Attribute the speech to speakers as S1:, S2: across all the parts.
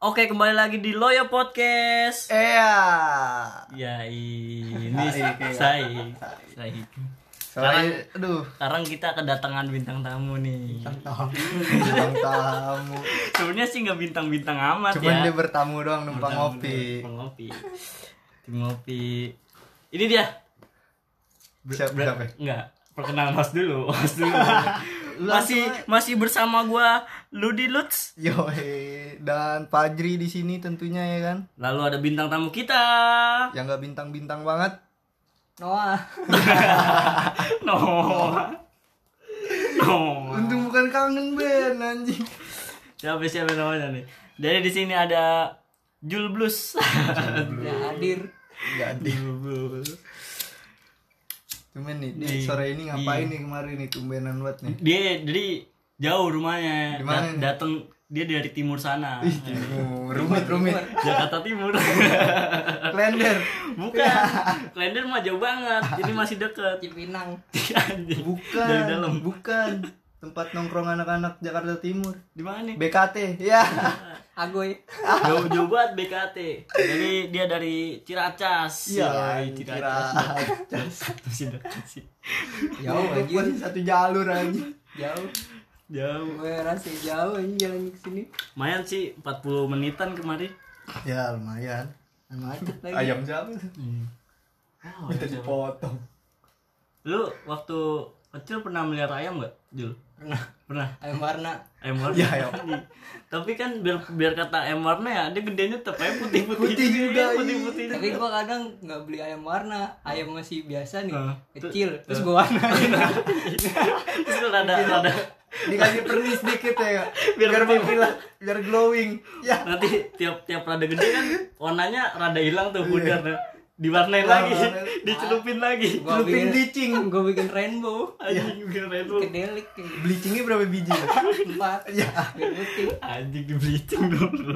S1: Oke, kembali lagi di Loyo Podcast.
S2: Iya.
S1: Ya ini
S2: Saik, iya.
S1: Saik. Saik.
S2: Soalnya, aduh,
S1: Sekarang kita kedatangan bintang tamu nih.
S2: tamu, bintang tamu.
S1: Sebenarnya sih nggak bintang-bintang amat
S2: Cuman
S1: ya.
S2: dia bertamu doang numpang ngopi.
S1: Numpang ngopi. Tim ngopi. Ini dia.
S2: Siap berapa? ya?
S1: Enggak. Perkenalan host dulu. Host dulu.
S2: Lu
S1: masih
S2: langsung
S1: masih bersama gua Ludi Lutz.
S2: Yoi dan Fajri di sini tentunya ya kan.
S1: Lalu ada bintang tamu kita.
S2: Yang nggak bintang-bintang banget.
S3: Noah.
S1: Noah. Noah.
S2: Untung bukan kangen Ben anjing.
S1: Siapa siapa namanya nih? Jadi di sini ada Jul Blues.
S3: Nggak hadir.
S2: Jadi,
S1: Jul Blues.
S2: cuman nih di sore ini ngapain nih kemarin nih tumbenan banget nih.
S1: Dia dari jauh rumahnya.
S2: Di mana
S1: Dat-
S2: nih?
S1: Datang dia dari timur sana.
S2: Oh, rumit rumit.
S1: Jakarta Timur.
S2: Klender. Ya.
S1: Bukan. Klender mah jauh banget. Ini masih deket.
S3: Cipinang.
S1: Anjing.
S2: Bukan.
S1: Dari dalam.
S2: Bukan. Tempat nongkrong anak-anak Jakarta Timur.
S1: Di mana nih?
S2: BKT. Ya.
S3: Agoy.
S1: Jauh jauh banget BKT. Jadi dia dari Ciracas.
S2: Iya,
S1: Yoi, Ciracas.
S2: Ciracas.
S1: Masih deket sih.
S3: Jauh
S2: Gua
S3: anjir.
S2: sih Ya, satu jalur aja.
S3: Jauh.
S1: Jauh.
S3: Gue rasa jauh anjir jalan ke sini.
S1: Lumayan sih 40 menitan kemarin.
S2: Ya lumayan.
S3: Macet lagi.
S2: Ayam siapa?
S1: Wow,
S2: Kita dipotong.
S1: Lu waktu kecil pernah melihara ayam nggak, Jul?
S3: Pernah.
S1: Pernah.
S3: Ayam warna.
S1: Ayam warna.
S2: Iya, ayam.
S1: Tapi kan biar, biar kata ayam warna ya, dia gedenya tetap aja putih-putih.
S2: Putih juga, iya.
S1: putih-putih.
S3: Tapi gue kadang nggak beli ayam warna. Ayam masih biasa nih.
S1: Nah,
S3: Kecil.
S1: tuh-
S3: Terus gue warna.
S1: Terus lu rada rada
S2: Dikasih pernis dikit ya.
S1: Biar
S2: Biar
S1: putih.
S2: mengkilat, biar glowing. Ya.
S1: nanti tiap tiap rada gede kan warnanya rada hilang
S2: Iya.
S1: tuh pudarnya. Diwarnain
S2: Warna-
S1: lagi,
S2: warna-
S1: dicelupin lagi.
S3: Gua
S2: Celupin
S3: bikin-
S2: bleaching.
S3: Gue bikin rainbow.
S2: Iya.
S1: Anjing keren lu.
S3: Kedelik kayak gitu.
S2: Bleachingnya berapa biji?
S3: empat.
S2: Ya.
S3: Biar putih.
S1: Anjing di bleaching dulu.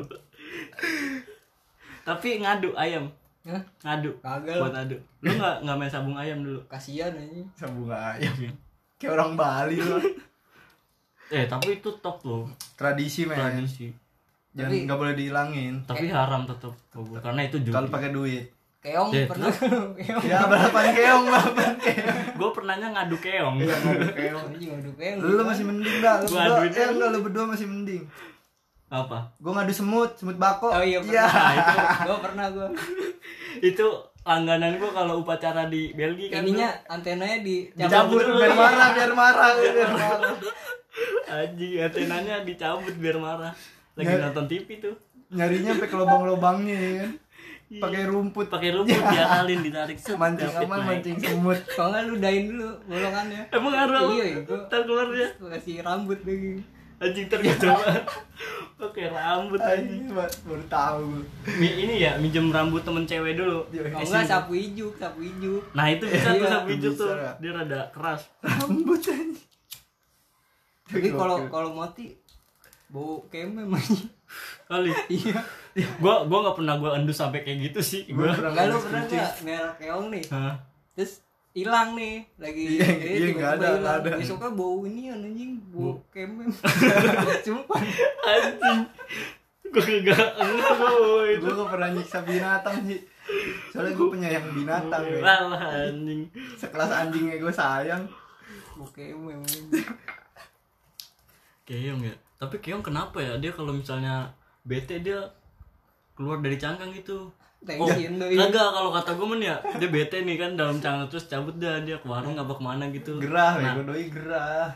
S1: Tapi ngadu ayam,
S3: Hah?
S1: ngadu.
S3: Kagak.
S1: Buat ngadu. Lu nggak nggak main sabung ayam dulu?
S3: Kasian anjing.
S2: Sabung ayam. Kayak orang Bali loh.
S1: Eh tapi itu top loh
S2: Tradisi men.
S1: tradisi.
S2: Jangan
S3: Tapi-
S2: nggak boleh dihilangin.
S3: Eh.
S1: Tapi haram tetap Bobot. karena itu juga.
S2: Kalau pakai duit.
S3: Keong
S1: Ya,
S3: pernah. Keong.
S2: Ya balapan keong, balapan keong.
S1: Gue pernahnya ngadu keong.
S2: Ya,
S3: Iya.
S2: ngadu keong.
S3: Anjing ngadu keong.
S2: Lu masih mending dah, lu
S1: Gua
S2: berdua,
S1: aduin.
S2: eh, enggak, lu berdua masih mending.
S1: Apa?
S2: Gua ngadu semut, semut bako.
S3: Oh iya pernah. Gue pernah gue.
S1: Itu langganan gue kalau upacara di Belgia kan.
S3: Ininya antenanya di
S2: Dicabut
S1: dulu,
S2: biar
S1: iya.
S2: marah, biar marah,
S3: Iya.
S2: biar marah.
S1: Anjing antenanya dicabut biar marah. Lagi
S2: Ya.
S1: nonton TV tuh.
S2: Nyarinya sampai ke lubang-lubangnya ya kan.
S3: Iya.
S2: Pakai rumput,
S1: Pakai rumput diaralin ditarik set,
S2: mancing
S1: dapet
S2: aman,
S1: naik.
S2: mancing semut.
S3: Kalau nggak lu dain dulu bolongannya.
S1: Emang ngaruh apa?
S3: Iya, itu.
S1: Ntar keluar dia.
S3: Terus kasih rambut lagi.
S1: Anjing tergacor. Pakai rambut anjing.
S2: Anjing, ba- baru tahu.
S1: Mi- ini ya minjem rambut temen cewek dulu.
S3: Kalau nggak sapu ijuk, sapu ijuk.
S1: Nah itu bisa tuh
S3: Iya,
S1: sapi hijau
S2: bisa.
S1: tuh. Dia rada keras.
S2: Rambut anjing.
S3: Tapi kalau kalau moti bau kemem aja.
S1: Kali.
S3: Iya.
S1: gua gua nggak pernah gua endus sampai kayak gitu sih. Gua.
S2: Gua pernah
S3: Enggak lu
S2: ngadu
S3: pernah
S2: kucing.
S3: nggak merah keong nih.
S1: Hah?
S3: Terus hilang nih lagi
S2: Iya,
S3: eh,
S2: iya,
S3: tiba-tiba
S2: nggak ada, nggak
S3: hilang.
S2: ada.
S3: besoknya bau ini anjing bau kemem sumpah
S1: Anjing. Gua kagak enggak gua itu.
S2: Gua nggak pernah nyiksa binatang sih. Soalnya gua penyayang binatang. ya.
S1: Lah anjing.
S2: Sekelas anjingnya gua sayang.
S3: bau kemem anjing.
S1: Keong ya. Tapi Keong kenapa ya? Dia kalau misalnya bete dia keluar dari cangkang gitu.
S2: Oh.
S3: Tensin doi.
S1: kagak kalau kata gue men ya dia bete nih kan dalam cangkang terus cabut dah dia ke warung apa kemana gitu
S2: gerah
S3: Nah.
S2: bego doi gerah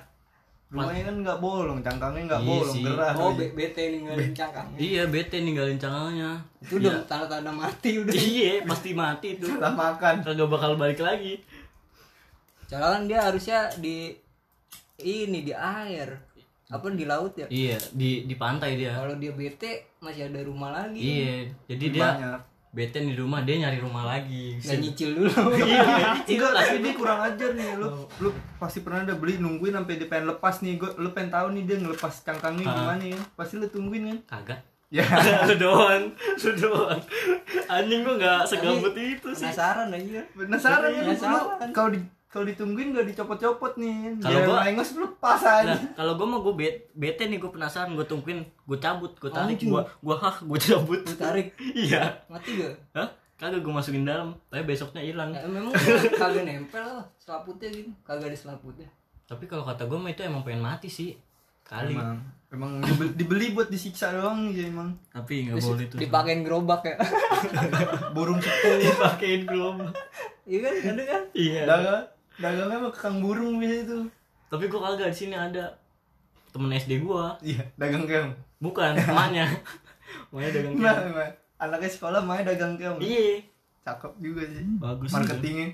S2: rumahnya kan nggak bolong cangkangnya nggak
S1: Iya
S2: bolong
S1: sih.
S2: gerah
S3: oh
S2: doi.
S3: be- bete ninggalin cangkang
S1: iya bete ninggalin cangkangnya
S3: itu
S2: Iya.
S3: udah tanda-tanda mati udah
S1: iya pasti mati itu
S2: salah makan
S1: kagak bakal balik lagi
S3: Soalnya kan dia harusnya di ini di air. Apa di laut ya?
S1: Iya, di di pantai dia.
S3: Kalau dia bete masih ada rumah lagi.
S1: Iya, jadi dia
S2: banyak
S1: bete di rumah, dia nyari rumah lagi.
S3: Nggak nyicil dulu.
S1: Nah, Iya, nggak nyicil,
S2: Enggak,
S1: tapi
S2: tapi dia kurang ajar nih lu
S1: Oh.
S2: lu pasti pernah ada beli nungguin sampai dia pengen lepas nih gua lu pengen tahu nih dia ngelepas cangkangnya
S1: Ah.
S2: gimana ya pasti lu tungguin kan
S1: kagak.
S2: ya
S1: lu doang, lu doang. Anjing gua nggak segabut itu sih.
S3: Penasaran aja.
S2: penasaran ya lu
S3: Penasaran.
S2: kalau di kalau ditungguin gak dicopot-copot nih ya.
S1: Kalau
S2: biar
S1: gua-
S2: lengos lepas aja
S1: Nah, kalau gue mau gue bete, bete nih gue penasaran, gue tungguin, gue cabut, gue tarik,
S3: Anjing.
S1: gue gue hah, gue cabut.
S3: Lu tarik
S1: iya.
S3: mati gak
S1: Hah? Kagak gue masukin dalam, tapi besoknya hilang.
S3: Ya, memang gua kagak nempel lah selaputnya gitu kagak ada selaputnya
S1: Tapi kalau kata gue mah itu emang pengen mati sih. Kali.
S2: emang emang dibeli, dibeli buat disiksa doang sih emang
S1: Tapi nggak
S3: Terus
S1: boleh tuh.
S3: dipakein gerobak ya
S2: burung cepu
S1: Dipakein global.
S3: iya kan ada kan
S1: iya.
S2: dagang dagangnya emang kang burung biasa itu
S1: Tapi gue kagak di sini ada temen SD gue,
S2: iya dagang keong
S1: bukan emaknya. Emaknya dagang
S2: nah,
S1: keong.
S2: emang. anaknya sekolah main dagang keong
S1: Iya. Hmm,
S2: cakep juga sih
S1: Bagus juga.
S2: marketingnya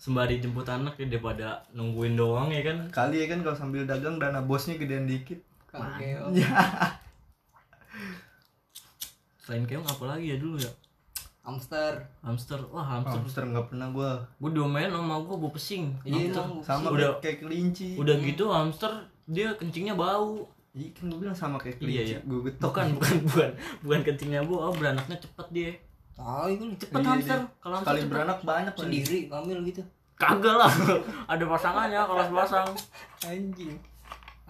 S1: Sembari jemput anak ya daripada nungguin doang ya kan.
S2: kali ya kan kalau sambil dagang dana bosnya gedean dikit
S3: kagak
S1: Ya. Selain keong apa lagi ya dulu ya?
S3: hamster
S1: Hamster. Wah, hamster.
S2: hamster nggak pernah gua
S1: Gue diomelin sama gue, gue pesing.
S3: iya
S1: Hamster.
S3: emang
S2: sama
S1: Udah-
S2: kayak, kayak kelinci
S1: Udah gitu hamster dia kencingnya bau.
S2: iya kan gua bilang sama
S1: Iya,
S2: kayak kelinci
S1: iya.
S2: gua getok
S1: Bukan, bukan, bukan. Bukan kencingnya bau, oh, beranaknya cepet dia.
S3: tahu itu lu
S1: Cepet
S2: Iya,
S1: hamster.
S2: iya.
S1: Kalau hamster
S2: kali
S1: cepet.
S2: beranak banyak lagi
S3: sendiri kamil gitu
S1: Kagak lah. Ada pasangannya kalau sepasang.
S3: anjing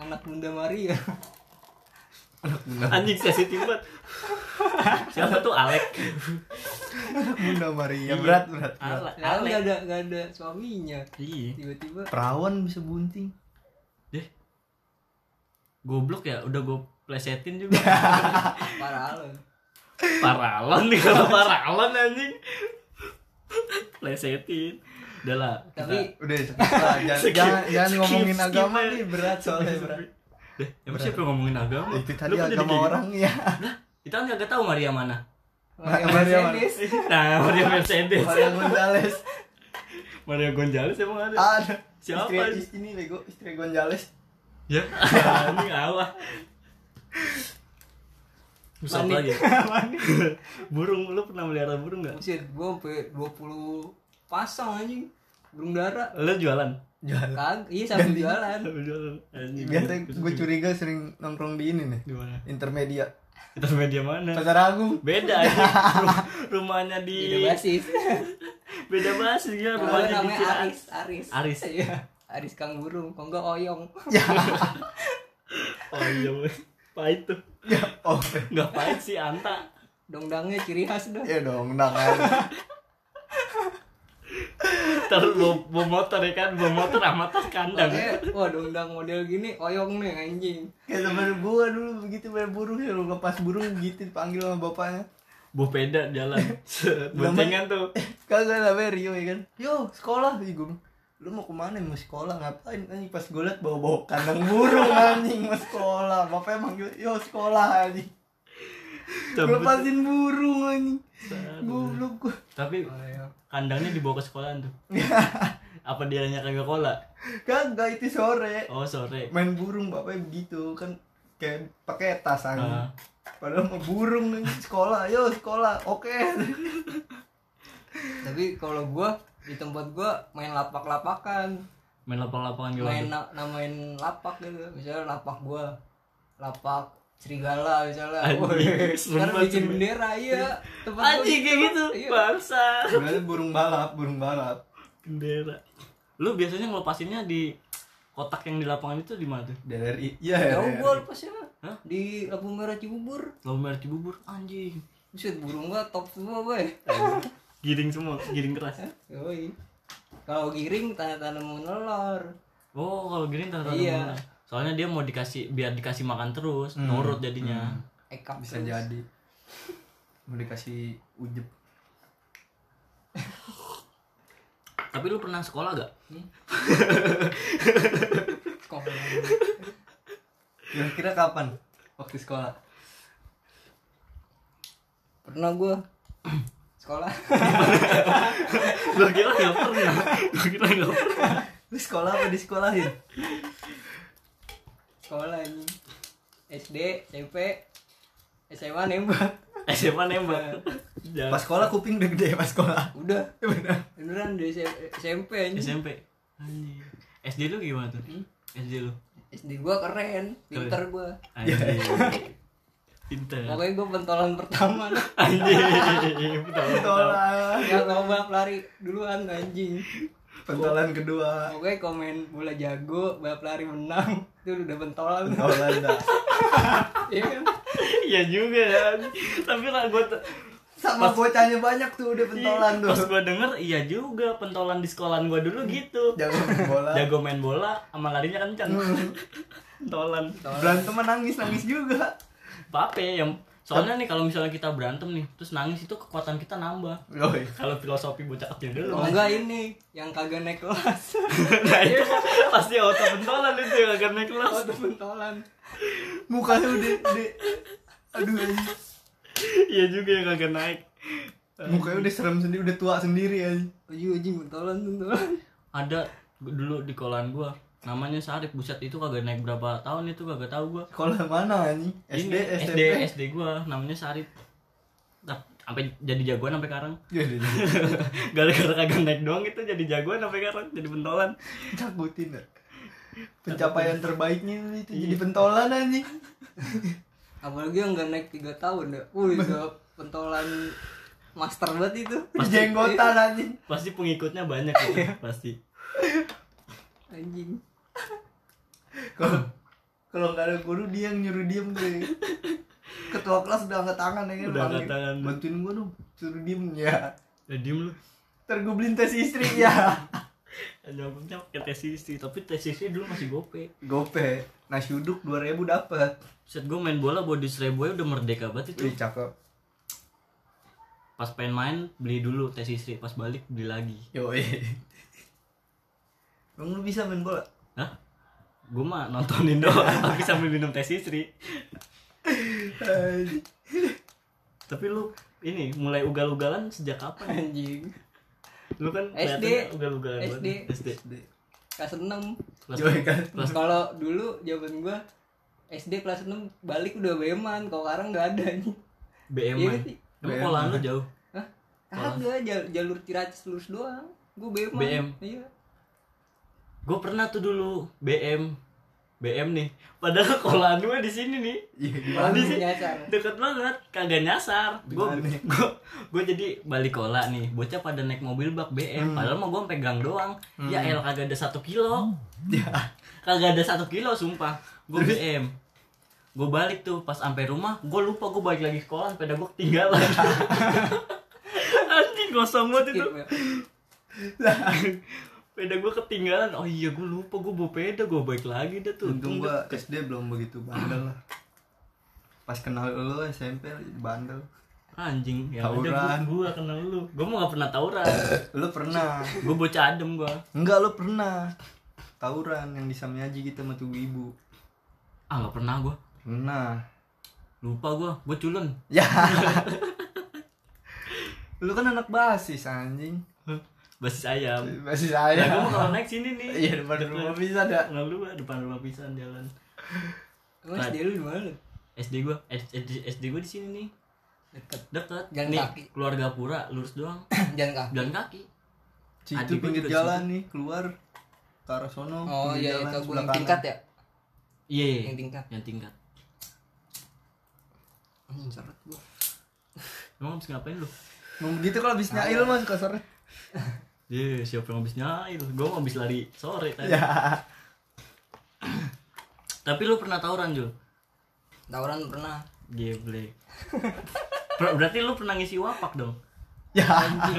S3: anak bunda Maria
S1: Anjing sensitif banget. Siapa tuh Alek?
S2: bunda
S1: Iya,
S2: Maria berat berat, berat.
S1: Ale-
S3: lalu
S1: Alek.
S3: gak ada gak ada suaminya
S1: Iya.
S3: tiba-tiba
S2: perawan bisa bunting
S1: Deh. Goblok ya, udah gue plesetin juga.
S3: parah lo
S1: paralon nih kalau paralon anjing. Plesetin. Udah lah. kita-
S3: tapi
S2: udah skip lah jangan
S1: Skip,
S2: jangan, jangan
S1: skip,
S2: ngomongin
S1: skip
S2: agama
S1: aja.
S2: nih berat soalnya berat
S1: Deh, emang siapa yang ngomongin agama?
S2: itu
S1: Lu
S2: tadi
S1: kok jadi
S2: agama
S1: kayak gitu?
S2: orang ya
S1: Kita kan nggak tahu Maria mana.
S3: Maria
S1: ya,
S2: Maria-
S3: eh, Mercedes
S1: Nah, Maria Mercedes.
S2: Maria Gonzales
S1: Maria Gonzales emang ada.
S2: ada
S1: Siapa?
S2: istri, ini lego istri Gonzales
S1: Ya, ini apa? Terus apa
S3: Manik.
S1: lagi? burung, lu pernah melihara burung nggak?
S3: Buset, gua sampai 20 pasang anjing. Burung dara.
S1: Lu jualan?
S2: jualan
S3: Kag, iya sambil
S2: Ganti.
S3: jualan.
S1: Lu jualan. Anjing.
S2: biasanya gue curiga sering nongkrong di ini nih
S1: Di mana?
S2: intermedia
S1: Intermedia mana?
S2: pasar agung
S1: Beda anjing. Rum- rumahnya di
S3: Beda basis.
S1: Beda basis gila
S3: Kalau
S1: rumahnya di
S3: namanya
S1: Ciraas.
S3: Aris, Aris.
S1: Aris. Ya.
S3: Iya. Aris Kang Burung, kok enggak oyong.
S1: Oh iya. boy. Pahit tuh.
S2: ya oh
S1: Enggak pahit sih Anta.
S3: Dongdangnya ciri khas dong.
S2: ya dong nah kan.
S1: Terus bawa, bawa motor ya kan, bawa motor amatar kandang.
S3: Oke, wah dongdang model gini oyong nih anjing.
S2: kayak temen gue dulu begitu main burung ya lu lepas burung gitu dipanggil sama bapaknya
S1: Bawa peda jalan. Set, Boncengan tuh.
S2: Eh, kagak sampai Rio ya kan yo sekolah sih gue lu mau kemana mau sekolah ngapain anjing pas gue liat bawa bawa kandang burung anjing mau sekolah bapaknya manggil yo sekolah anjing
S1: Cabut.
S2: lepasin burung anjing goblok gue
S1: Tapi
S3: Oyong.
S1: kandangnya dibawa ke sekolahan tuh apa dianya kagak kola
S2: kagak itu sore
S1: oh sore
S2: main burung bapaknya begitu kan kayak pakai tas anjing
S1: Ah.
S2: padahal mau burung anjing. sekolah yo sekolah oke
S3: Tapi kalau gua di tempat gua main lapak-lapakan.
S1: main lapang-lapangan gitu
S3: Main na- namain lapak gitu. Misalnya lapak gua. Lapak serigala misalnya.
S1: Anjing,
S3: Wih,
S1: serem
S3: Ntar
S1: banget
S3: bikin
S1: sih,
S3: bendera iya. Tempat gua
S1: anjing kayak gitu
S3: Iya.
S1: bangsa
S2: sebenarnya burung balap burung balap
S1: bendera lu biasanya ngelepasinnya di kotak yang di lapangan itu di mana tuh
S2: dari iya
S1: Ya
S3: Jauh
S2: dari-
S3: gua lepasnya
S1: Hah?
S3: Di Labu Merah Cibubur
S1: lalu merah Cibubur anjing
S3: Buset burung gua top semua boy
S1: giring semua giring keras
S3: Yoi Kalau giring tanda-tanda mau nelor
S1: oh kalau giring taruh
S3: Iya.
S1: soalnya dia mau dikasih biar dikasih makan terus nurut jadinya
S3: Ekap
S2: bisa
S3: terus.
S2: jadi mau dikasih ujep
S1: tapi lu pernah sekolah gak
S3: Sekolah.
S2: kira-kira kapan waktu sekolah
S3: Pernah gua Sekolah
S1: gua kira gak pernah gua kira gak pernah
S2: lu sekolah apa di sekolahin
S3: Sekolah anjing SD SMP SMA nembak
S1: SMA nembak Jangan.
S2: pas sekolah kuping udah gede pas sekolah
S3: Udah
S2: benar
S3: Beneran dari SMP anjing
S1: SMP anjing SD lu gimana tuh SD lu
S3: SD gua keren Pinter gua
S1: anjing pinter
S3: Pokoknya gua pentolan pertama nih
S1: anjing betul betul
S2: sekolah
S3: Yang lomba lari duluan anjing
S2: pentolan kedua
S3: Pokoknya komen bola jago, balap lari menang. Itu udah bentolan.
S2: pentolan dah
S3: Iya kan?
S1: Iya juga ya. Tapi lah gue
S2: sama bocahnya banyak tuh udah pentolan tuh
S1: Pas gue denger iya juga pentolan di sekolahan gue dulu gitu.
S2: jago main bola
S1: Jago main bola sama larinya kencang. pentolan.
S2: berantem nangis nangis juga
S1: Pape yang soalnya nih kalau misalnya kita berantem nih terus nangis itu kekuatan kita nambah.
S2: Yoi.
S1: Kalau filosofi bocah kecil dulu.
S3: Oh enggak ini yang kagak naik kelas.
S1: nah, itu pasti auto pentolan itu yang akan naik kelas.
S3: Oh, itu bentolan.
S2: mukanya udah udah aduh anjing.
S1: Iya juga yang akan naik.
S2: mukanya udah serem sendiri udah tua sendiri anjing.
S3: Uji uji bentolan bentolan.
S1: Ada dulu di kolan gue namanya Sarif buset itu kagak naik berapa tahun itu kagak tahu gue
S2: sekolah mana anjing SD
S1: Ini,
S2: SMP
S1: SD SD gua namanya Sarip. Nah, sampai jadi jagoan sampai sekarang.
S2: Ya, udah, udah.
S1: Gara-gara kagak naik doang itu jadi jagoan sampai sekarang, jadi pentolan.
S2: takutin dah. pencapaian terbaiknya itu
S1: Iya.
S2: jadi pentolan anjing
S3: Apalagi yang enggak naik 3 tahun ya. Uh, itu pentolan master banget itu.
S2: jenggotan anjing
S1: Pasti pengikutnya banyak gitu,
S3: Iya.
S1: pasti.
S3: Anjing.
S2: kalau kalau nggak ada guru dia yang nyuruh diem gue ketua kelas udah angkat tangan ya
S1: Udah
S2: kan
S1: angkat
S2: panggil.
S1: tangan.
S2: bantuin gue dong suruh diem ya
S1: Ya diem lu.
S2: ntar gue beliin tes istri ya
S1: Jawabnya pakai tesis sih, tapi tesis sih dulu masih gope.
S2: gope nasi uduk dua ribu dapat
S1: Set gua main bola body seribu udah merdeka banget itu.
S3: Iya.
S2: wih cakep
S1: Pas pengen main beli dulu tesis sih, pas balik beli lagi.
S2: yoi Emang lu bisa main bola?
S1: Hah? Gua mah nontonin doang tapi sambil minum tesis sih.
S2: Anjing.
S1: Tapi lu ini mulai ugal-ugalan sejak kapan?
S3: Anjing.
S1: Lu kan
S3: SD.
S1: kelihatannya ugal-ugalan
S3: SD.
S1: banget. SD.
S3: Kelas 6.
S1: Kelas
S2: Yoi kan?
S3: Terus kalau dulu zaman gua SD kelas 6 balik udah beman, kalau sekarang nggak ada anjing.
S1: BM
S3: Iya
S1: an
S3: sih.
S1: Emang
S2: BM.
S1: kolan lu jauh?
S3: Hah? Kagak jal- jalur Ciracas lurus doang. Gua beman.
S1: BM.
S3: Iya.
S1: Gue pernah tuh dulu BM BM nih. Padahal kolan gue di sini nih.
S2: Iya, gimana?
S1: Di sini
S3: nyasar.
S1: deket banget, kagak nyasar. Gue
S2: Gimana nih?
S1: gue gue jadi balik kola nih. Bocah pada naik mobil bak BM. Padahal mah gue pegang doang. Ya el kagak ada satu kilo.
S2: Ya.
S1: Kagak ada satu kilo sumpah. Gue BM. Gue balik tuh pas sampai rumah, gue lupa gue balik lagi sekolah, sepeda gue ketinggalan. Anjing kosong banget itu.
S3: Skip ya.
S1: Peda gue ketinggalan. Oh iya gue lupa gue bawa peda gue baik lagi dah tuh.
S2: Untung gua SD belum begitu bandel lah. Pas kenal lu SMP bandel.
S1: anjing ya ada
S2: Tawuran.
S1: gue kenal lu. Gue mau gak pernah tawuran.
S2: Lu pernah?
S1: gue bocah adem gue.
S2: Enggak lu pernah. Tawuran yang di Samyaji kita sama tuh ibu.
S1: Ah gak pernah gue.
S2: Pernah.
S1: Lupa gue. Gue culun.
S2: Ya. lu kan anak basis anjing.
S1: Hah, Basis ayam.
S2: Basis
S1: Ya gue
S2: saya.
S1: mau kalau naik sini nih.
S2: Iya depan rumah bisa dah.
S1: Kenal lu gua, depan rumah pisan jalan.
S3: Emang SD lu di mana lu?
S1: SD gue SD, gue di sini nih.
S3: Deket.
S1: Deket.
S3: Jalan
S1: nih
S3: kaki.
S1: keluarga pura lurus doang.
S3: Jalan kaki.
S1: Jalan kaki.
S2: Situ
S1: Adik gua
S2: pinggir
S1: juga
S2: jalan nih keluar ke arah sono.
S3: Oh
S2: pinggir
S3: iya,
S2: jalan
S3: itu
S2: sebelah
S3: yang
S2: kanan.
S3: tingkat ya.
S1: Iya. iya, iya.
S3: Yang tingkat.
S1: Yang tingkat.
S3: Hmm, seret gua.
S1: Emang habis ngapain lu?
S2: Mau begitu gitu kalau habis
S3: Ah,
S2: nyail mah suka sore.
S1: Iya, siapa yang habis nyail? Gue mau habis lari sore tadi.
S2: Ya.
S1: Tapi lu pernah tawuran, Jul?
S3: Tawuran pernah.
S1: Geble. Per- Berarti lu pernah ngisi wapak dong?
S2: Ya.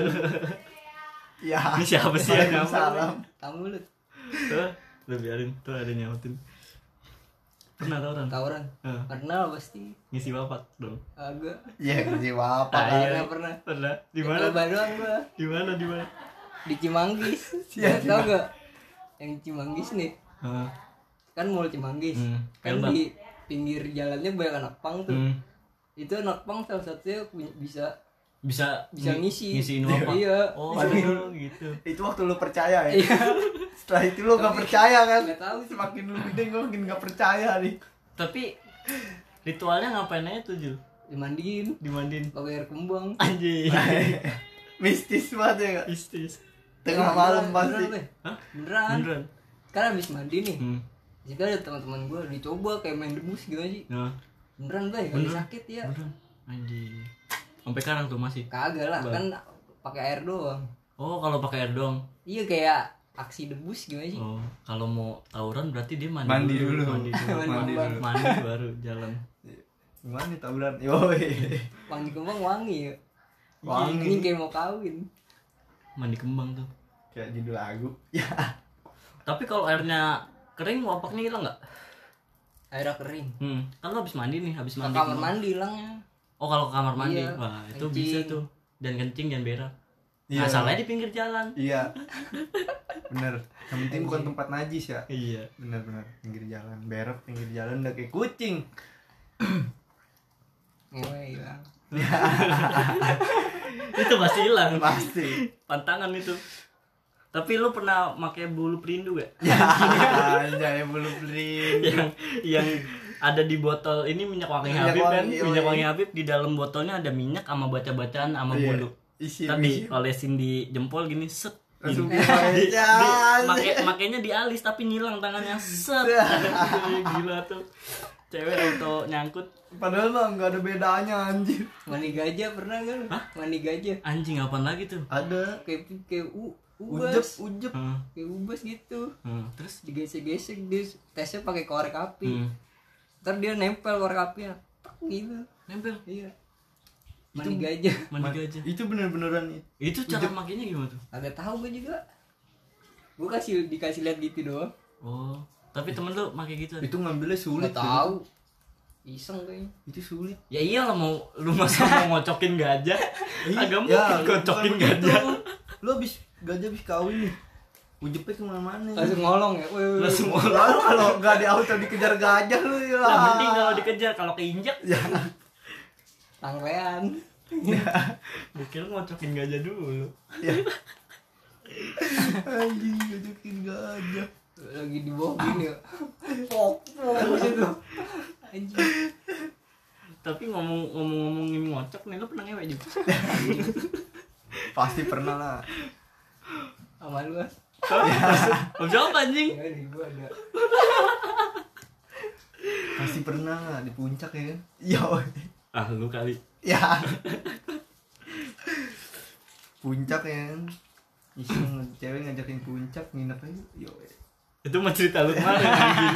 S2: Ya.
S1: Ini siapa sih yang nyamper?
S2: Salam.
S3: Kamu lu
S1: Tuh, lu biarin. Tuh ada nyautin. Pernah tawuran?
S3: tawuran.
S1: Heeh.
S3: Pernah lah pasti.
S1: ngisi wapak dong?
S3: Agak.
S2: Ya jiwa
S1: Ah,
S2: apa?
S1: iya.
S3: Pernah pernah.
S1: Pernah? Di mana?
S3: Coba doang gua
S1: Di mana? Di mana?
S3: di Cimanggis.
S2: Iya,
S3: Lu Tau gak? Yang Cimanggis nih.
S1: Heeh.
S3: Kan mall Cimanggis.
S1: Hmm,
S3: Kan
S1: Elba.
S3: di pinggir jalannya banyak anak pang tuh.
S1: Hmm.
S3: Itu anak pang salah satunya punya- bisa
S1: Bisa
S3: bisa
S1: ng-
S3: ngisi.
S1: Ngisiin wapak.
S3: Iya.
S1: Oh, aduh, gitu.
S2: Itu waktu lu percaya ya.
S3: Iya.
S2: Setelah itu lu gak percaya kan?
S3: Nggak tahu sih.
S2: Semakin lu gede gue makin gak percaya nih.
S1: Tapi ritualnya ngapain aja tuh, Jul?
S3: Dimandiin
S1: Dimandiin.
S3: pakai air kembang.
S1: Anjing.
S2: Mistis banget ya. Kak.
S1: Istis.
S2: Tengah
S3: Iya, Beneran,
S2: malam pasti.
S3: beneran, Be.
S1: Hah?
S3: Beneran.
S1: Beneran?
S3: Kan habis mandi nih.
S1: Hmm.
S3: Jadi ada teman-teman gue dicoba kayak main debus gitu sih.
S1: Nah.
S3: Beneran gue kagak sakit ya.
S1: Beneran. Anjing. Sampai sekarang tuh masih.
S3: Kagak lah kan pakai air doang.
S1: Oh, kalau pakai air doang.
S3: Iya kayak aksi debus gimana sih?
S1: Oh, kalau mau tawuran berarti dia mandi,
S2: Mandi dulu.
S1: Mandi dulu.
S2: Mandi dulu.
S1: mandi baru jalan.
S2: Gimana nih tawuran? Yoi.
S3: Wangi kembang wangi ya.
S2: Wangi.
S3: Ini kayak mau kawin.
S1: Mandi kembang tuh.
S2: Kayak judul lagu. Ya.
S1: Tapi kalau airnya kering wapaknya hilang nggak?
S3: Akhirnya kering.
S1: Hmm. Kan lo habis mandi nih, habis
S3: Ke
S1: mandi.
S3: kamar
S1: kembang.
S3: mandi hilangnya.
S1: Oh, kalau ke kamar mandi.
S3: Iya,
S1: Wah, itu
S3: kencing.
S1: bisa tuh. Dan kencing dan berak.
S2: Iya.
S1: Masalahnya di pinggir jalan.
S2: Iya. Bener. Yang penting bukan tempat najis ya.
S1: Iya.
S2: Bener bener. Pinggir jalan. Berok pinggir jalan udah kayak kucing.
S3: Ngewe hilang.
S1: itu pasti hilang.
S2: Pasti.
S1: Pantangan itu. Tapi lu pernah pakai bulu perindu gak?
S2: Ya. Anjay belum beli.
S1: yang yang ada di botol ini minyak wangi
S2: Minyak
S1: Habib kan
S2: wangi,
S1: minyak
S2: yoi.
S1: wangi Habib di dalam botolnya ada minyak sama baca-bacaan sama
S2: Iya.
S1: bulu
S2: Isi
S1: tadi olesin di jempol gini set
S2: Langsung
S1: Gini.
S2: bisa
S1: Di-
S2: aja.
S1: di- make, makainya di alis tapi nyilang tangannya set gila tuh cewek auto nyangkut
S2: Padahal mah nggak ada bedanya anjir.
S3: Mandi gajah pernah kan? Mandi gajah.
S1: anjing apaan lagi tuh
S2: Ada.
S3: Kayak kayak u
S2: Ujep
S3: ubas.
S2: ujep.
S1: Hmm,
S3: Kayak ubas gitu.
S1: hmm. terus
S3: Digesek-gesek dia tesnya pakai korek api.
S1: hmm.
S3: Ntar dia nempel korek apinya. Tek gitu.
S1: nempel
S3: Iya. Mandi gajah.
S1: mandi gajah
S2: Itu bener-beneran itu.
S1: itu cara makainya gimana tuh
S3: Agak tahu gue juga. Gue kasih dikasih lihat gitu doang.
S1: oh tapi temen lu pakai gitu
S2: Itu ngambilnya
S3: Gak
S2: sulit.
S3: tahu. Iseng kayaknya.
S2: Itu sulit.
S1: Ya iyalah mau lu masa mau ngocokin gajah? Agak mungkin ngocokin
S2: Iya, bukan
S1: gajah.
S2: begitu. Lu abis gajah abis kawin nih. Ujepnya kemana-mana.
S3: Langsung ngolong ya. Woi, woi,
S1: Langsung
S2: Lalu kalau nggak di auto dikejar gajah lu ya.
S1: Lah mending kalau dikejar kalau keinjak.
S2: Ya.
S3: tangrean.
S2: Iya,
S1: Mungkin ngocokin gajah dulu.
S2: ya. Anjing gajakin gajah.
S3: Lagi di bawah gini ya. Pok, pok gitu. Anjing.
S1: Tapi ngomong ngomong ngomongin ngocok nih lu pernah ngewe juga?
S2: Pasti pernah lah.
S3: Sama lu ah.
S1: Om jawab anjing.
S3: Enggak Iya, di gua ada.
S2: Pasti pernah lah di puncak ya kan. Ya. woy.
S1: Ah lu kali.
S2: Ya. puncak ya kan. Iseng cewek ngajakin puncak nginep aja. Yo. woy.
S1: Itu mah cerita lu kemarin anjing.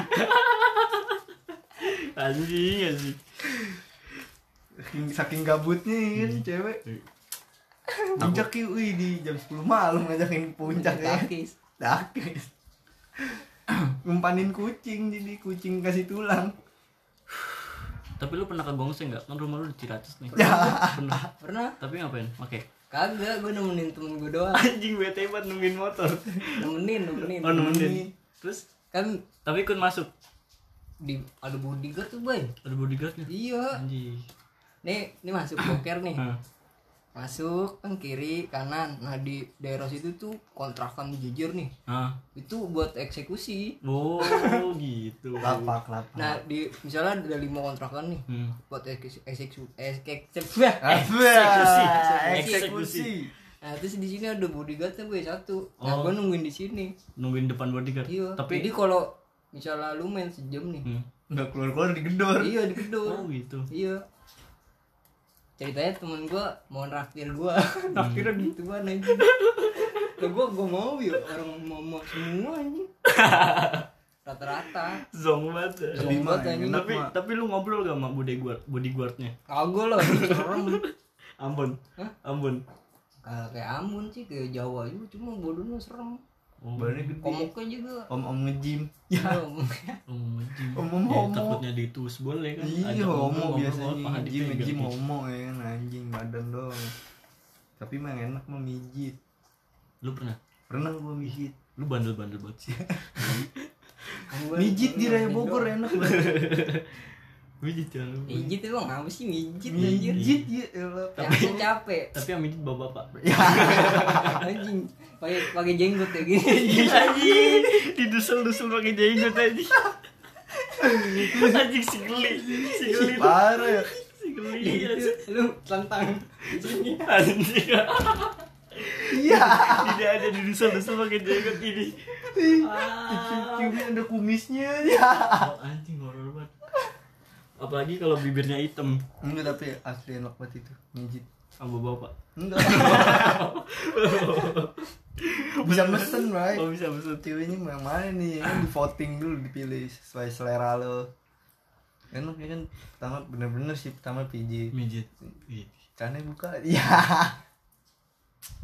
S1: anjing anjing.
S2: Saking, saking gabutnya ya kan cewek. Kan
S1: Eh,
S2: Puncak yuk, wih di jam 10 malam ngajakin puncak ya.
S3: Takis.
S2: Dakis. Ngumpanin kucing jadi kucing kasih tulang.
S1: Tapi lu pernah ke Gongse enggak? Kan rumah lu di Ciracas nih.
S2: Ya.
S1: Pernah.
S3: Pernah?
S1: Tapi ngapain? Oke.
S3: Kagak, gue nemenin temen gue doang.
S1: Anjing bete banget nungguin motor.
S3: Nemenin, nemenin.
S1: Oh nemenin. Terus
S3: Kan
S1: tapi kun masuk.
S3: di ada bodyguard tuh, Boy.
S1: Ada bodyguardnya.
S3: Iya.
S1: Anjing.
S3: Nih, ini masuk boker nih.
S1: Hah.
S3: Masuk kan kiri, kanan. Nah, di daerah situ tuh kontrakan jujur nih.
S1: Hah.
S3: Itu buat eksekusi.
S1: Oh, gitu.
S2: Lapak, lapak.
S3: Nah, di misalnya ada lima kontrakan nih.
S1: Hmm.
S3: Buat eksekusi eksekusi.
S1: Eksekusi. Eksekusi.
S2: Eksekusi.
S3: Nah, terus di sini ada bodyguardnya Boy satu. Nah,
S1: Oh.
S3: gue nungguin di sini.
S1: Nungguin depan bodyguard.
S3: Iya.
S1: Tapi
S3: Jadi kalau misalnya lu main sejam nih.
S1: Hmm.
S2: Enggak keluar-keluar digedor.
S3: Iya, di
S1: Oh,
S3: gedung.
S1: gitu.
S3: Iya. Ceritanya temen gua mau nraktir gua.
S1: Hmm.
S3: Nraktirnya gituan anjing. Lah gua gua mau ya orang mau, mau semua anjing. Rata-rata.
S1: Zong banget. ya.
S3: Zong.
S2: Tapi mah
S3: Sobat, anjing.
S2: yang enak
S1: Tapi
S2: mah.
S1: tapi lu ngobrol gak sama bodyguard bodyguardnya?
S3: Kagak lah serem.
S1: Ambon.
S3: Hah?
S1: Ambon.
S3: Kagak kayak Ambon sih kayak Jawa juga cuma bodohnya serem.
S1: Oh,
S2: Badannya gede.
S3: Komoknya juga. Iya,
S2: Om-om nge-gym.
S1: Ya.
S3: Serem.
S1: Oh, anjing.
S2: Om-om
S1: Ya,
S2: homo.
S1: takutnya ditus boleh kan?
S2: Iya,
S1: Ajak ngomong,
S2: homo
S1: ngobrol,
S2: biasanya
S1: paha
S2: nge-gym,
S1: dipegang.
S2: nge-gym homo ya kan anjing badan doang. Tapi mah yang enak mah mijit.
S1: Lu pernah?
S2: Pernah gua mijit.
S1: Lu bandel-bandel banget sih.
S3: Gua-
S2: Mijit di
S3: gua
S2: Raya
S3: ngerti
S2: Bogor
S3: doang.
S2: enak banget.
S1: Mijit ya lu.
S3: Mijit emang apa sih mijit anjir?
S2: Mijit ya elah.
S3: Yang capek.
S1: Tapi yang mijit bapak-bapak.
S3: Anjing. Pakai pakai jenggot ya gini.
S1: anjing didusel-dusel pakai jenggot anjing anjing si geli si geli tuh.
S2: Parah. ya.
S1: si geli ya. anjing.
S3: Gitu. Lu tantang di sini.
S1: anjing
S2: Iya.
S1: tidak ada didusel-dusel pakai jenggot ini
S2: Ciumin ada kumisnya ya.
S1: oh, anjing horor banget apalagi kalau bibirnya hitam
S2: Enggak tapi asli enak banget itu mijit.
S1: sama bapak
S2: Enggak. bisa mesen, Bray.
S1: oh bisa maksud
S2: Ceweknya mau yang mana nih? Kan di voting dulu dipilih sesuai selera lo. Enak ya kan pertama bener-bener sih pertama PJ.
S1: mijit
S2: Caranya buka. Iya.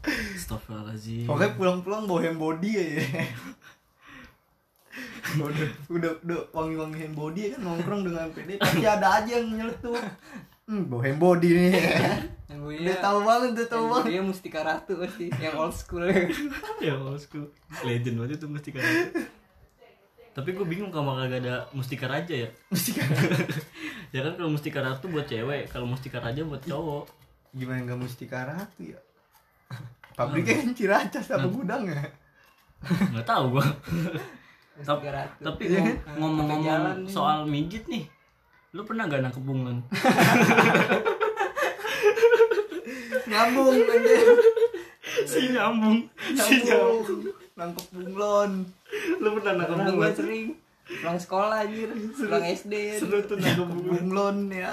S1: Astagfirullahaladzim
S2: Pokoknya pulang-pulang bohem body aja. udah, udah, udah wangi-wangi hand body ya kan nongkrong dengan PD pasti ada aja yang nyeletuk hmm, bohem body nih
S3: yang gue
S2: udah tahu banget udah tahu banget
S3: dia mustika ratu pasti yang old school ya.
S1: ya bosku legend banget itu mustika raja tapi gue bingung kalau kagak ada mustika raja ya
S2: mesti kan
S1: ya kan kalau mustika ratu buat cewek kalau mustika raja buat cowok
S2: gimana nggak mustika ratu ya pabriknya kan ciracas sama gudang ya
S1: nggak tahu gue
S3: mustika ratu
S1: tapi
S2: Iya
S1: ngom-
S3: kan? Sampai jalan
S1: ngomong-ngomong
S3: nih.
S1: soal mijit nih lu pernah gak nangkep bunglon
S2: nyambung aja
S1: si nyambung si nyambung
S2: nyambung nangkep bunglon
S1: lu pernah nangkep
S3: karena gue
S1: bunglon
S3: Nah, sering pulang sekolah anjir pulang SD ya.
S1: seru tuh nangkep bunglon
S2: bunglon ya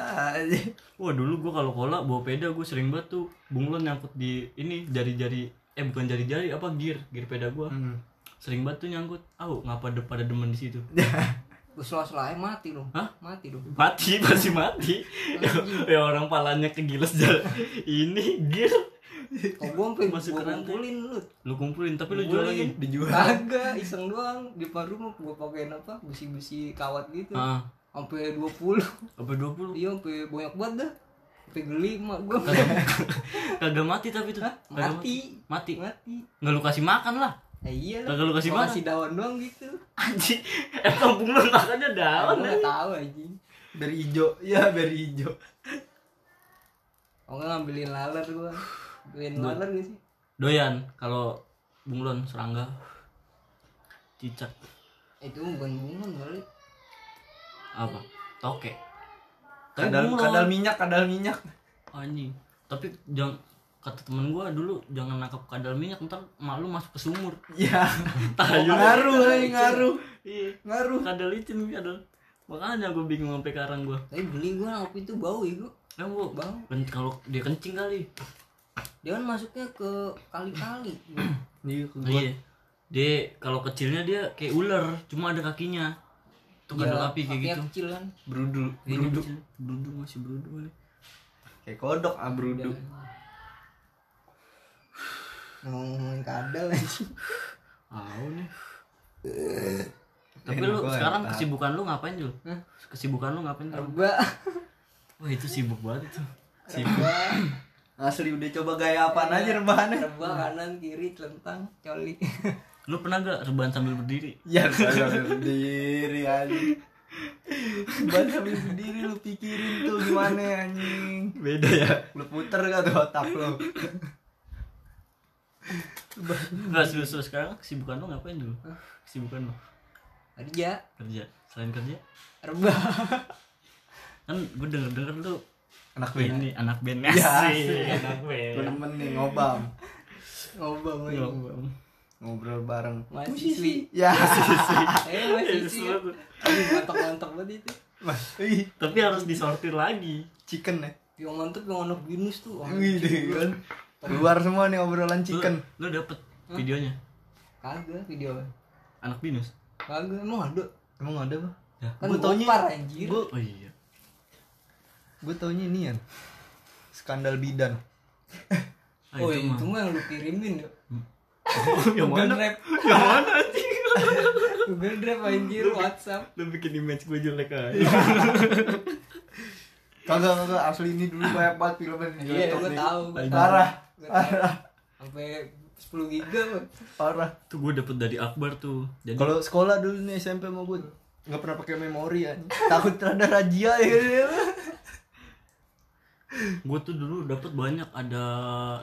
S1: wah dulu gue kalau kola bawa peda gue sering banget tuh bunglon nyangkut di ini jari-jari eh bukan jari-jari apa gear gear peda gue
S2: Hmm.
S1: sering banget tuh nyangkut Au, ngapa de pada demen di situ
S3: gue selah selahnya mati dong
S1: Hah?
S3: mati dong
S1: mati pasti mati ya, ya orang palanya kegiles jalan ini gear
S3: kok gue sampai
S1: Masuk ke
S3: gue
S1: rantai.
S3: kumpulin lu
S1: lu kumpulin tapi lu jual lagi
S2: dijual
S3: kagak iseng doang di depan rumah gue pakein apa besi-besi kawat gitu
S1: ah
S3: sampai 20
S1: apa dua puluh
S3: iya sampai banyak banget dah sampai geli mak gue
S1: kagak mati tapi tuh
S3: Hah?
S1: Kagak
S3: Mati.
S1: mati
S3: mati
S1: nggak lu kasih makan lah
S3: ya iya lah
S1: Kagak lu kasih
S3: Gua
S1: makan.
S3: kasih daun doang gitu
S1: anjing eh kampung lu makannya daun
S3: gue
S1: ya.
S3: nggak tahu anjing
S2: dari hijau ya dari hijau
S3: Oh nggak ngambilin laler gua. Ngambilin laler gak sih?
S1: doyan kalau bunglon serangga cicak
S3: Eh, Itu bukan bunglon kali.
S1: apa toke Tapi
S2: kadal
S1: bunglon.
S2: kadal minyak kadal minyak
S1: anjing tapi jangan kata temen gua dulu jangan nangkap kadal minyak ntar malu masuk ke sumur
S2: ya
S1: Tahu.
S2: ngaruh eh, ngaruh
S1: iya
S2: ngaruh
S1: kadal licin kadal makanya gue bingung sampai sekarang gua
S3: Tapi beli gua nangkep itu bau itu.
S1: kan gua
S3: Bau.
S1: ken- kalau dia kencing kali
S3: Dia kan masuknya ke kali-kali.
S2: Iya, gua-
S1: iya dia kalau kecilnya dia kayak ular cuma ada kakinya tuh
S3: Iya,
S1: kadal api kayak
S3: kakinya
S1: gitu
S3: kecil kan.
S2: Brudul,
S1: ini
S2: bruduk,
S1: kecil. brudu masih brudu kali
S2: kayak kodok ah bruduk.
S3: Ngomongin kadal anjing.
S1: Tahu nih. Tapi
S2: Enak
S1: lu
S2: gua,
S1: sekarang
S2: enak.
S1: kesibukan lu ngapain, Jul? Kesibukan lu ngapain? Jul?
S3: Reba.
S1: Wah, itu sibuk banget itu. Sibuk.
S3: Reba.
S2: Asli udah coba gaya apaan aja rebahannya?
S3: Reba kanan kiri telentang coli.
S1: Lu pernah gak rebahan sambil berdiri?
S2: Ya saya sendiri anjing. Ban sambil sendiri lu pikirin tuh gimana anjing.
S1: Beda ya.
S2: Lu puter gak tuh otak lu?
S1: Enggak serius serius. sekarang kesibukan lu ngapain, Jul? Kesibukan lu
S3: Kerja.
S1: kerja. Selain kerja,
S3: Reba.
S1: kan gue denger-denger lu
S2: Anak band.
S1: ini anak band Iya,
S2: Ya,
S1: Asik,
S2: asik.
S1: anak
S2: Lu
S1: band. Iya,
S2: temen nih ngobam,
S3: Ngobam
S1: Yo,
S3: aja.
S1: Bang.
S2: ngobrol bareng.
S3: Mahasiswi.
S2: Ya.
S3: Eh masih sih.
S1: Iya,
S3: Mantap-mantap banget itu.
S2: Mas, ih,
S1: Tapi harus disortir lagi.
S2: chicken ya.
S3: Yang mantep yang anak binus tuh. Wah,
S2: Wih, deh,
S3: gitu.
S2: kan. Keluar semua nih obrolan
S1: Lu-
S2: chicken.
S1: Lu, dapet videonya
S3: Kagak video.
S1: anak binus.
S3: Kagak emang ada.
S2: Emang ada, apa?
S1: Ya.
S3: Kan
S2: Gua taunya-
S3: gopar, anjir.
S2: Gua
S1: Oh iya.
S2: gue taunya ini ya skandal bidan
S1: Ah,
S3: oh, itu,
S1: mah.
S3: mah yang lu kirimin ya.
S1: yang
S3: Google
S1: mana?
S3: Drive,
S1: Yang mana anjing?
S3: Google Drive anjir, WhatsApp.
S1: Lu bikin image gue jelek ah. aja.
S2: kagak kagak asli ini dulu banyak banget filmnya di
S3: Iya,
S2: YouTube
S3: gua
S2: nih.
S3: tahu, gua tahu.
S2: parah
S3: Gua tahu. Sampai 10 giga Bang.
S2: parah
S1: tuh gue dapet dari Akbar tuh jadi
S2: kalau sekolah dulu nih SMP mau gue nggak pernah pakai memori ya takut terhadap razia ya gitu.
S1: gue tuh dulu dapet banyak ada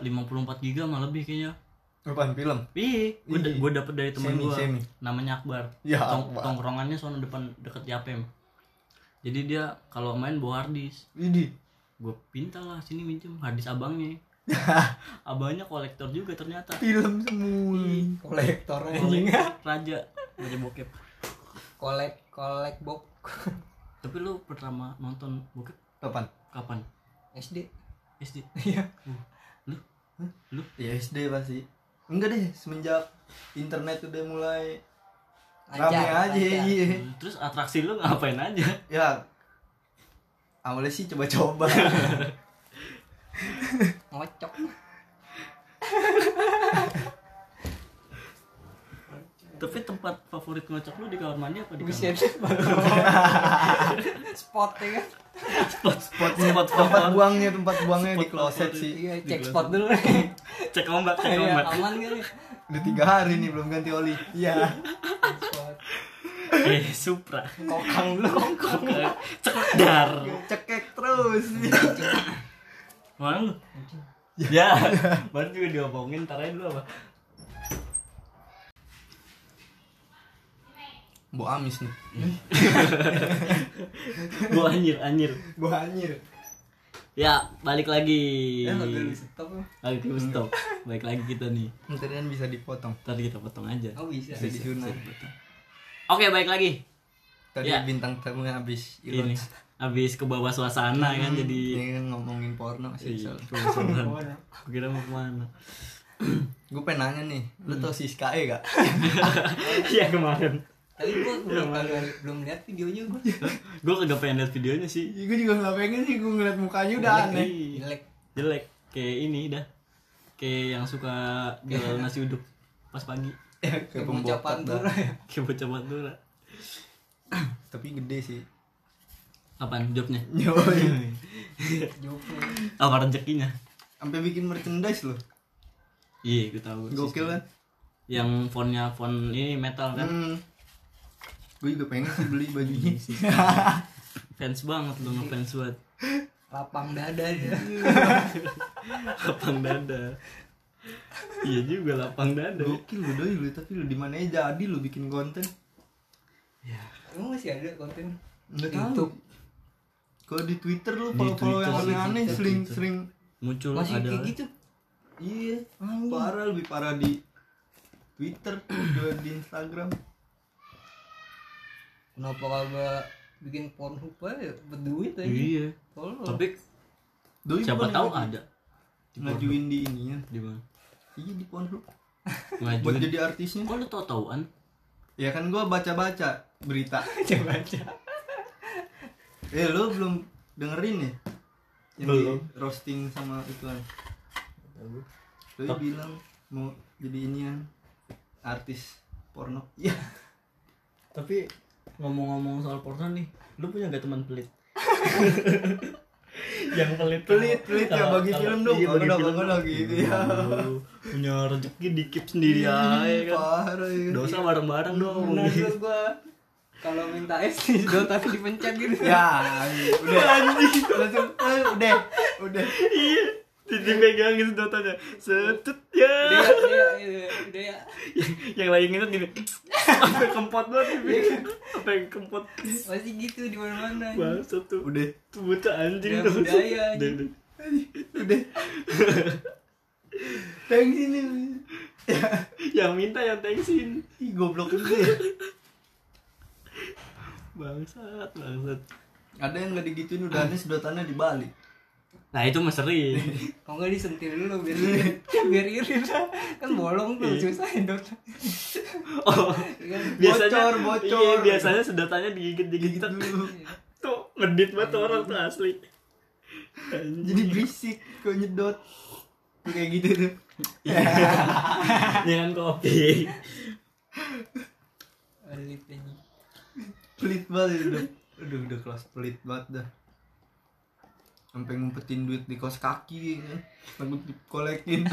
S1: 54 giga malah lebih kayaknya
S2: apaan film
S1: Ih, gue
S2: Ih.
S1: gue dapet dari teman
S2: Iya. Semi,
S1: gue
S2: semi.
S1: namanya Akbar.
S2: Ya,
S1: Tong-
S2: Akbar.
S1: Tongkrongannya sono depan deket Yapem. Jadi dia kalau main bawa hardis,
S2: ini
S1: gue pinta lah sini minjem hardis abangnya. abangnya kolektor juga ternyata.
S2: film semua
S3: Iya. Kolektor anjing.
S1: Raja, raja bokep.
S3: Kolek, kolek bok.
S1: Tapi lu pertama nonton bokep
S2: kapan
S1: kapan?
S3: SD.
S1: SD
S3: Iya.
S1: lu lu
S2: ya SD pasti enggak deh semenjak internet udah mulai rame
S3: Lancar,
S2: aja
S3: lancar.
S2: iya
S1: terus atraksi lu ngapain aja
S2: ya awalnya sih coba-coba
S3: Ngocok.
S1: tapi tempat favorit ngocok lu di kamar mandi apa di
S3: Buset.
S1: kamar
S3: Spot ya kan.
S1: spot spot spot
S2: tempat
S1: spot
S2: buangnya tempat buangnya di
S1: Spot
S2: kloset
S1: favorit.
S2: sih
S3: Iya,
S1: Di
S3: cek
S1: gelas.
S3: spot dulu.
S1: cek ombak cek
S3: Iya,
S1: ombak
S3: aman kan nih.
S2: udah tiga hari nih belum ganti oli iya
S3: Spot.
S1: eh supra
S3: Kokang dulu.
S1: Kok, eh, cekdar
S2: cekek terus
S1: Mana lu? Ya, baru juga diomongin, ntar aja dulu apa?
S2: bu amis nih
S1: Gua anjir, anjir
S2: bu anjir
S1: Ya, balik lagi
S3: Ya enggak bisa stop. lu.
S1: Balik ke stop Balik lagi kita nih
S2: Menterian bisa dipotong
S1: Ntar kita potong aja
S3: Oh bisa.
S2: bisa disunat
S1: Oke, balik lagi
S2: tadi
S1: Ya.
S2: bintang tamunya habis
S1: Ini, abis ke bawah suasana kan, jadi
S2: Ini kan ngomongin porno sih
S1: Iya.
S2: soal-
S1: Suasana. Gua kira mau kemana
S2: Gue pengen nanya nih, lu tau Siska E gak?
S1: Iya, kemarin
S3: Tapi gua belum kagak- belum lihat videonya gua.
S1: Gua kagak pengen liat videonya sih
S2: gue juga gak pengen sih, gue ngeliat mukanya udah
S1: Ih,
S3: Jelek.
S1: Jelek, kayak ini dah Kayak yang suka jual nasi uduk pas pagi
S2: Iya, Kayak
S3: Bocah
S2: pembokat
S3: pantura
S2: dah.
S3: ya.
S1: Kayak bocah Madura
S2: Tapi gede sih
S1: Apaan jobnya?
S2: Yoi
S3: Jopo.
S1: Apa rezekinya?
S2: Sampai bikin merchandise loh
S1: Iya, gue tahu.
S2: Gokil kan?
S1: Yang fontnya font ini metal kan?
S2: Hmm. Gue juga pengen sih beli
S1: Iya
S2: bajunya
S1: Fans banget lu ngefans buat
S3: Lapang dada dia.
S1: lapang dada. iya juga lapang dada.
S2: Gokil lu doi lu, tapi lu dimana aja jadi lu bikin konten
S3: Emang masih ada konten?
S2: Nggak
S3: YouTube.
S2: tahu. Kalau di Twitter lu
S1: Di
S2: follow-follow
S1: Twitter.
S2: yang aneh-aneh
S1: Twitter, Twitter.
S2: sering-sering
S1: Muncul
S3: Masih
S1: ada.
S3: kayak gitu.
S2: Iya,
S3: Anjing.
S2: parah lebih parah di Twitter daripada di Instagram.
S3: Kenapa kagak bikin Pornhub aja berduit aja.
S1: Iya.
S3: Tolong.
S1: Tapi
S2: Doi
S1: siapa
S2: Oh. bukan
S1: tahu
S2: ngaju-
S1: ada
S2: ngajuin di ininya.
S1: di mana?
S2: Iya di Pornhub. Buat
S1: Ngajuin.
S2: jadi artisnya.
S1: Kok lu tau tauan?
S2: Ya kan gua baca-baca berita.
S3: coba aja.
S2: Eh lu belum dengerin ya? Yang
S1: Belum.
S2: di roasting sama ituan. Doi
S1: Tapi-
S2: bilang mau jadi inian artis porno. Iya.
S1: Tapi ngomong-ngomong soal porno nih, lu punya gak teman pelit? yang pelit
S2: Pelit, pelit ya
S1: Kalau-
S2: bagi
S1: kalau-
S2: film dong.
S1: iya,
S2: Kalau
S1: bagi
S2: udah
S1: film
S2: kalau
S1: dong.
S2: gitu ya.
S1: Aduh, punya rezeki dikip sendiri
S2: Ih,
S1: aja kan
S2: Parah Nah, ya.
S1: dosa bareng-bareng dong gitu.
S3: Pernah dulu gua kalau minta es di Dota tapi dipencet gitu.
S2: ya udah anjing langsung eh, udah udah
S1: iya jadi megangin sedotannya setut ya
S2: Iya.
S3: Udah ya, udah ya, udah ya, udah ya.
S1: yang, yang lagi nginep gini sampai kempot banget
S2: Iya.
S1: bibir. sampai kempot
S3: Masih gitu di mana-mana.
S1: bangsat tuh
S2: udah iya,
S1: tuh bocah anjing
S3: Udah
S1: tuh
S3: budaya, anjing.
S1: Udah, udah.
S2: udah thanks ini ya
S1: yang minta ya, yang tensin
S2: ih goblok juga ya
S1: bangsat bangsat
S2: ada yang nggak digituin udah aneh sedotannya dibalik
S1: nah itu mah sering
S3: Kalau nggak disentil dulu biar irit. biar irit lah. Kan bolong tuh susah ya, Iya endot.
S1: oh
S3: kan?
S2: Bocor, bocor.
S1: iya, biasanya sedotannya digigit digigit
S2: Gitu. dulu
S1: tuh ngedit banget tuh orang tuh asli Anjing.
S2: jadi berisik kok nyedot Tuh kayak gitu tuh
S1: dengan kopi
S3: Pelit aja.
S2: pelit banget ya, udah udah udah kelas pelit banget dah sampai ngumpetin duit di kos kaki ya. takut dikolekin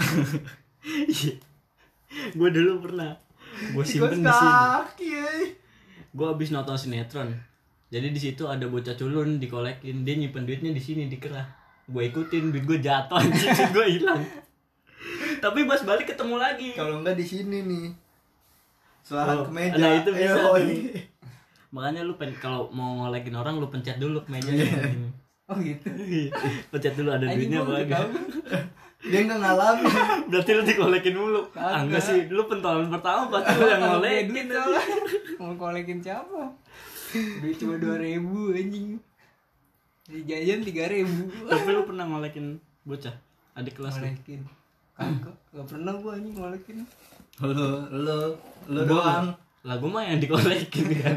S1: gue dulu pernah gue
S2: di kos
S1: simpen di sini
S2: kaki eh.
S1: gue abis nonton sinetron jadi di situ ada bocah culun dikolekin dia nyimpen duitnya di sini di kerah gue ikutin duit gue jatuh anjing gue hilang tapi pas balik ketemu lagi
S2: Kalau enggak di sini nih. Suara
S1: Oh,
S2: ke meja.
S1: nah itu bisa
S2: Ayo,
S1: tuh.
S2: oi.
S1: makanya lu pen kalau mau ngolekin orang lu pencet dulu ke mejanya anjing.
S3: Oh gitu.
S1: pencet dulu ada
S3: Anjing
S1: duitnya
S3: gua
S1: apa
S3: udah
S1: enggak
S3: tahu.
S2: Dia enggak ngalamin.
S1: berarti lu dikolekin mulu ah enggak
S3: Kagak.
S1: sih lu pentolan pertama pasti lu yang
S3: Kalau punya
S1: ngolekin
S3: duit soalnya. Mau kolekin siapa? Duit cuma 2000 anjing. Di jajan 3000.
S1: tapi lu pernah ngolekin bocah adik kelas lu.
S3: ngolekin kagak gak pernah gua anjing ngolekin
S2: Lu lu lu
S1: Gua-
S2: doang.
S1: lah gue mah yang dikolekin kan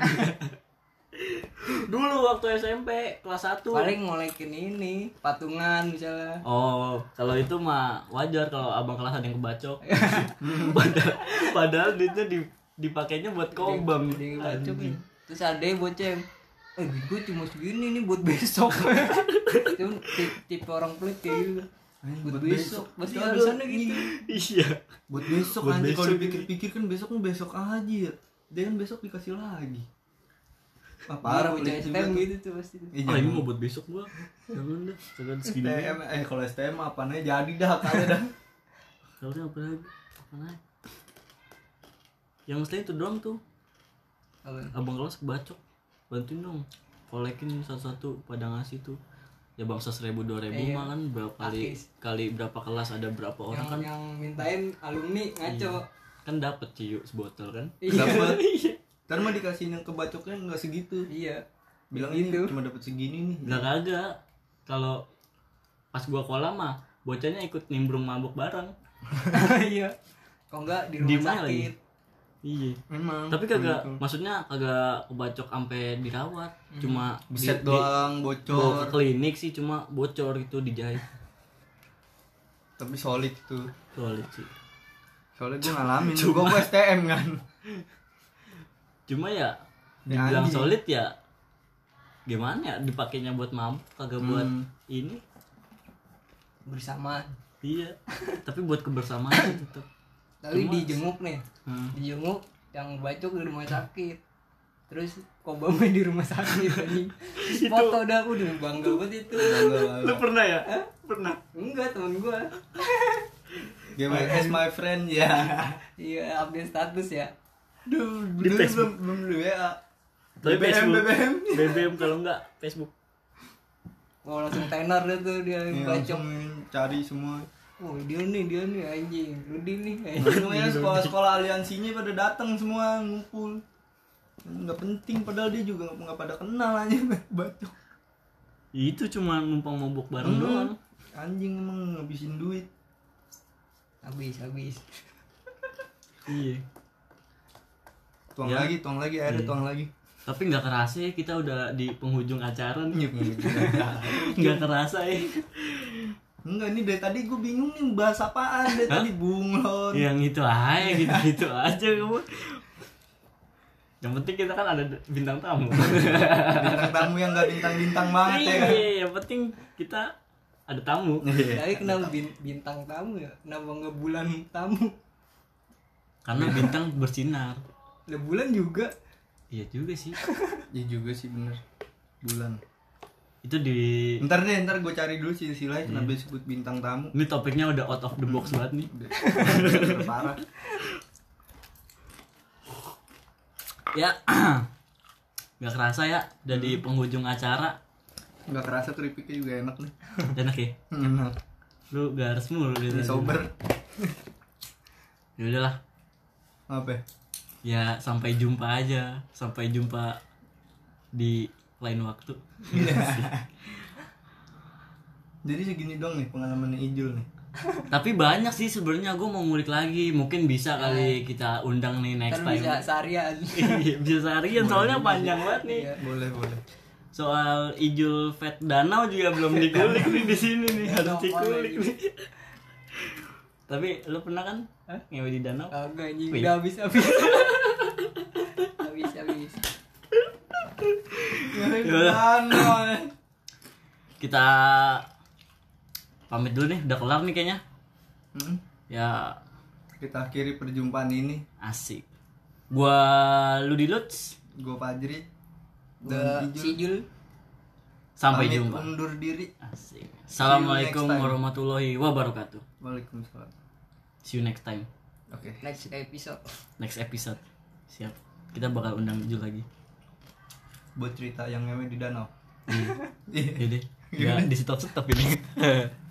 S1: dulu waktu SMP kelas 1
S3: paling ngolekin ini patungan misalnya
S1: oh kalau itu mah wajar kalau abang kelas ada yang kebacok padahal padahal duitnya di dipakainya buat kobam
S3: Dia bacok ya. terus ada yang bocah yang eh gue cuma segini nih buat besok Cuman ti- tipe orang pelit kayak gitu buat besok pasti
S2: Iya,
S3: alasannya
S2: lu-
S3: gitu
S1: iya
S2: Buat besok
S1: Buat
S2: anjing kalau
S1: besok.
S2: dipikir-pikir kan besok mah besok aja ya. Dia kan besok dikasih lagi. Wah, parah
S3: parah
S2: pelit
S3: bocah
S2: juga tuh. Iya,
S3: STM gitu tuh pasti
S2: Ih,
S1: ah ini
S2: jangan.
S1: mau buat besok gua jangan dah jangan segini
S2: STM eh kalau STM apanya jadi dah kali dah.
S1: kalau apa lagi apa lagi yang mestinya itu doang tuh
S3: Apa?
S1: abang kelas kebacok bantuin dong kolekin satu-satu pada ngasih tuh ya bangsa seribu dua ribu
S3: Iya.
S1: mah kan berapa kali
S3: Pakis.
S1: kali berapa kelas ada berapa orang
S3: yang
S1: kan
S3: yang mintain alumni ngaco
S1: kan dapet ciu sebotol kan
S3: iya
S2: Dapat.
S1: iya
S2: Ntar mah dikasihin yang kebacoknya nggak segitu.
S3: iya
S2: Bilang ini
S3: Gitu.
S2: cuma dapat segini nih.
S1: nggak kagak kalau pas gua kolam mah bocahnya ikut nimbrung mabuk bareng
S3: iya kalau enggak di
S1: Di
S3: rumah
S1: mana lagi?
S3: sakit
S1: iya
S2: Memang.
S1: tapi kagak
S2: Begitu.
S1: maksudnya kagak kebacok sampai dirawat cuma
S2: Beset
S1: di- di-
S2: Hmm. doang
S1: bawa
S2: bocor.
S1: ke klinik sih cuma bocor gitu dijahit
S2: Tapi solid tuh.
S1: solid sih
S2: Soalnya gue ngalamin, gue gue STM kan
S1: cuma ya
S2: Ya,
S1: dibilang
S2: anjing.
S1: solid ya gimana ya dipakainya buat mabuk kagak buat
S2: Hmm.
S1: ini
S3: bersamaan
S1: iya tapi buat kebersamaan sih tetep
S3: tapi
S1: Cuma-
S3: dijenguk nih
S1: Hmm.
S3: dijenguk yang bacok di rumah sakit terus kobamnya di rumah sakit anjing Terus foto dah udah bangga banget itu
S1: lu pernah ya pernah
S3: enggak temen gua
S2: Game as my friend ya
S3: iya update status ya
S2: Duh, dulu belum
S1: Facebook.
S2: belum di WA
S1: tapi
S2: BBM,
S1: Facebook
S2: BBM
S1: BBM kalau enggak Facebook
S3: Wah langsung tenor dah tuh dia
S2: Iya,
S3: bacok
S2: langsung cari semua
S3: Wah dia nih dia nih anjing Rudi nih anjing
S2: Semuanya sekolah-sekolah aliansinya pada datang semua ngumpul nggak penting padahal dia juga nggak nggak pada kenal aja bacok
S1: Ya itu cuma numpang mabuk bareng
S2: Hmm.
S1: doang
S2: anjing emang ngabisin duit
S3: habis habis
S1: iya
S2: tuang
S1: Ya.
S2: lagi tuang lagi akhirnya
S1: Iya.
S2: tuang lagi
S1: tapi nggak kerasa ya kita udah di penghujung acara
S2: Iya.
S1: nih nggak kerasa ya
S2: enggak ini dari tadi gue bingung nih bahas apaan dari
S1: Hah?
S2: tadi bunglon
S1: yang itu aja gitu gitu aja kamu yang penting kita kan ada bintang tamu
S2: bintang tamu yang nggak bintang-bintang banget ya kan?
S1: Iya, yang penting kita ada tamu.
S2: Iya.
S3: tapi kenapa bin- bintang tamu ya kenapa nggak bulan tamu
S1: Karena bintang bersinar.
S3: Lah bulan juga
S1: Iya juga sih.
S2: Iya juga sih bener bulan.
S1: Itu di
S2: Ntar deh, ntar gue cari dulu silsilahnya kenapa disebut bintang tamu.
S1: ini topiknya udah out of the box banget nih.
S2: Udah Parah.
S1: Ya. Gak kerasa ya udah di penghujung acara.
S2: Gak kerasa keripiknya juga enak nih.
S1: Enak ya.
S2: Enak.
S1: Lu gak harus mulu gitu.
S2: Ini sober.
S1: Ya udahlah.
S2: Apa? ya?
S1: Ya sampai jumpa aja. Sampai jumpa di lain waktu. Iya
S2: Jadi segini dong nih pengalaman Ijul nih.
S1: Tapi banyak sih sebenarnya gue mau ngulik lagi. Mungkin bisa kali kita undang nih
S3: kan
S1: next
S3: bisa
S1: time.
S3: seharian
S1: Iya, bisa seharian soalnya panjang banget nih.
S3: Iya.
S2: Ya, Boleh, boleh.
S1: Soal Ijul Vet Danau juga belum dikulik nih di sini nih, harus
S3: Danau
S1: dikulik
S3: Online.
S1: nih. Tapi lu pernah kan ngewe di danau?
S3: Kagak anjing,
S1: Wih.
S3: udah habis habis. habis habis.
S2: Bulan.
S1: Kita pamit dulu nih, udah kelar nih kayaknya.
S2: Hmm,
S1: Ya
S2: Kita akhiri perjumpaan ini.
S1: asik. Gua Ludi Lutz.
S2: Gue Fajri
S3: Udah
S2: dan Ijul.
S3: sijul.
S1: Sampai
S2: pamit
S1: jumpa.
S2: Undur diri.
S1: Asik. Assalamualaikum
S2: time.
S1: warahmatullahi wabarakatuh.
S2: Waalaikumsalam.
S1: See you next time.
S2: Oke.
S3: Next episode.
S1: Next episode. Siap. Kita bakal undang Ijul lagi.
S2: Buat cerita yang ngewe di danau. Iya.
S1: Jadi, ya di stop-stop ini.